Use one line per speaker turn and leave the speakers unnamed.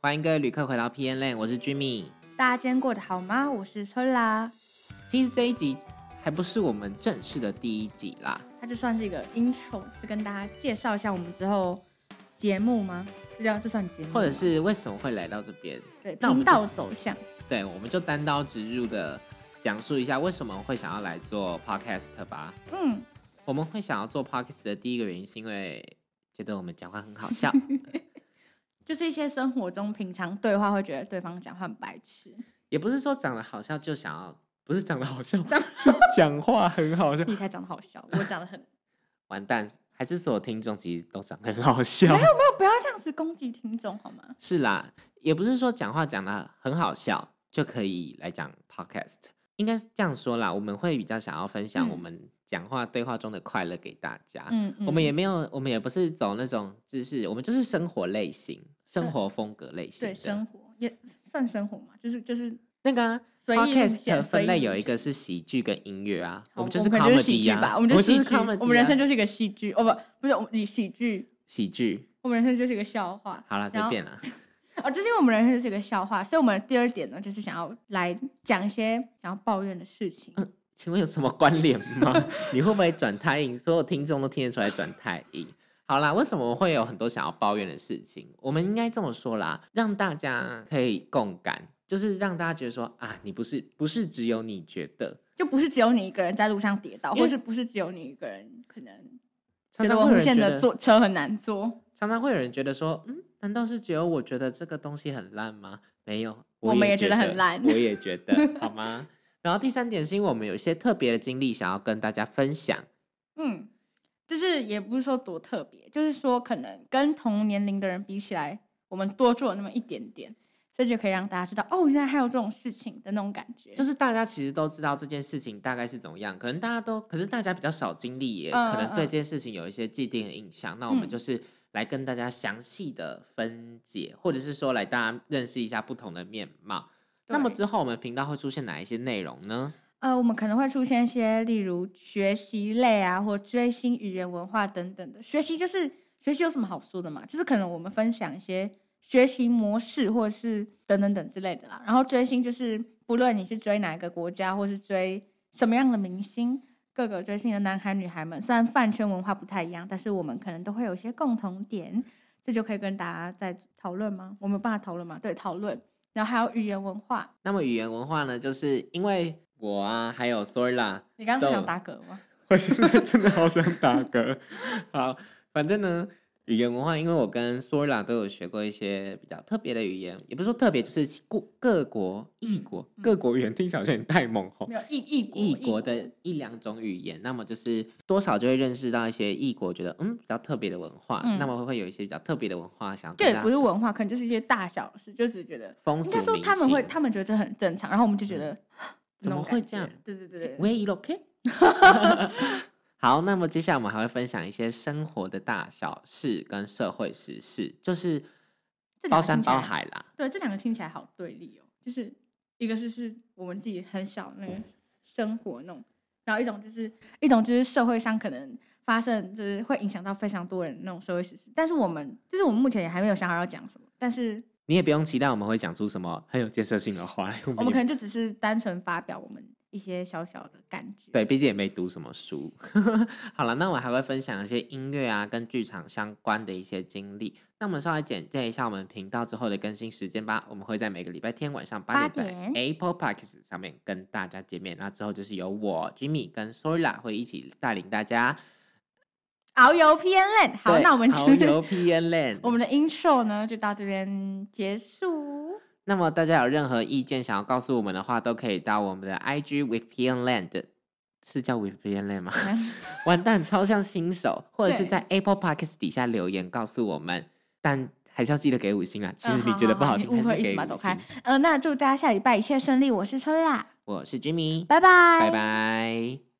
欢迎各位旅客回到 PN Land，我是 Jimmy。
大家今天过得好吗？我是春啦，
其实这一集还不是我们正式的第一集啦，
它就算是一个 intro，是跟大家介绍一下我们之后节目吗？这叫这算节目吗，
或者是为什么会来到这边？
对
那我
频
们就
道
是
走向。
对，我们就单刀直入的讲述一下为什么会想要来做 podcast 吧。
嗯，
我们会想要做 podcast 的第一个原因是因为觉得我们讲话很好笑，
就是一些生活中平常对话会觉得对方讲话很白痴，
也不是说长得好笑就想要，不是长得好笑，是讲话很好 笑。
你才长得好 笑，我长得很……
完蛋，还是所有听众其实都长得很好笑。
不不要这样子攻击听众好吗？
是啦，也不是说讲话讲的很好笑就可以来讲 podcast，应该是这样说啦。我们会比较想要分享我
嗯
们讲话对话中的快乐给大家。
嗯，嗯
啊我们也没有，我们也不是走那种知识，我们就是生活类型、生
对
活风格类型
对
的。
生活也算生活嘛，就是就是
那个啊
随意路
podcast
线随
分
意
类
路
有一
线
个是喜剧跟音乐啊，
好
们就是
可能就是喜
comedy
剧
呀、
吧，
我
我们就
就是
喜剧
comedy，、啊、
我们人生就是一个喜剧，哦不不是我们以喜剧，
喜剧。
我们人生就是一个笑话。
好啦，随
然后
便啦。
哦，这是因为我们人生是一个笑话，所以我们第二点呢，就是想要来讲一些想要抱怨的事情。
嗯请问有什么关联 吗？你会不会转太硬？所有听众都听得出来转太硬。好啦，为什么会有很多想要抱怨的事情？我们应该这么说啦，让大家可以共感，就是让大家觉得说啊，你不是不是只有你觉得，
就不是只有你一个人在路上跌倒，
因为
或是不是只有你一个人可能
常常
觉得
会
我
有
无
人觉
限
得
的，坐车很难坐，
常常会有人觉得说，嗯，难道是只有我觉得这个东西很烂吗？没有，
我们
也
也觉得很烂
我也觉得，好吗？然后第三点是因为我们有一些特别的经历想要跟大家分享，
嗯，就是也不是说多特别，就是说可能跟同年龄的人比起来，我们多做了那么一点点，这就可以让大家知道哦，原来还有这种事情的那种感觉。
就是大家其实都知道这件事情大概是怎么样，可能大家都，可是大家比较少经历耶，
嗯
可能对这
嗯嗯
件事情有一些既定的印象。那我们
嗯
就是来跟大家详细的分解，或者是说来大家认识一下不同的面貌。那么
对
之后我们频道会出现哪一些内容呢？
呃，我们可能会出现一些，例如学习类啊，或追星、语言、文化等等的。学习就是学习有什么好说的嘛？就是可能我们分享一些学习模式，或是等等等之类的啦。然后追星就是不论你是追哪一个国家，或是追什么样的明星，各个追星的男孩女孩们，虽然饭圈文化不太一样，但是我们可能都会有一些共同点，这就可以跟大家再讨论吗？我们有办法讨论吗？对，讨论。然后还有语言文化，
那么语言文化呢，就是因为我啊，还有 Sora，
你刚刚是想
都
打嗝吗？
我现在真的好想打嗝。好，反正呢，语言文化，因为我跟索拉都有学过一些比较特别的语言，也不是说特别，就是各各国、异国、
嗯
各国语言，听起来好像有点太猛吼
没。有异异国
异国 的一两种语言，那么就是多少就会认识到一些异国觉得嗯比较特别的文化，
嗯
那么会不会有一些比较特别的文化想要
这
跟
也
大家
不是文化，可能就是一些大小事，就只是觉得
风
应
俗
该说
民
他们会，
情嗯
他们觉得这很正常，然后我们就觉得、啊
怎
那
么
种
会
感
这
觉
样？
对对对对，
喂，OK。好，那么接下来我们还会分享一些生活的大小事跟社会时事，就是
这两
包
个
山
听起来
包海啦。
对这两个听起来好对立哦，就是一个就是我们自己很小那个生活那种，然后一种就是一种就是社会上可能发生就是会影响到非常多人那种社会时事，但是我们就是我们目前也还没有想好要讲什么，但是
你也不用期待我们会讲出什么很有建设性的话来，我们
我们
也
可能就只是单纯发表我们一些小小的感觉，
对，毕竟也没读什么书。 好了，那我还会分享一些音乐啊跟剧场相关的一些经历。那我们稍微简介一下我们频道之后的更新时间吧。我们会在每个礼拜天晚上八
八
点在
点
Apple Podcast 上面跟大家见面。那之后就是由我 Jimmy 跟 Sora 会一起带领大家。
遨游 PN Land，好，
对
那我们
遨
去。
游 PN Land，
我们的 intro 呢就到这边结束。
那么大家有任何意见想要告诉我们的话，都可以到我们的 IG with PN Land，是叫 with PN Land 吗？ 完蛋，超像新手，或者是
对
在 Apple Podcast 底下留言告诉我们，但还是要记得给五星啊。其
嗯
实你觉得不好
你
听，
误
还
会
是
一直
给
把
五
走
星。
开。呃，那祝大家下礼拜一切顺利。我是春啦，
我是 Jimmy，
拜拜，
拜。拜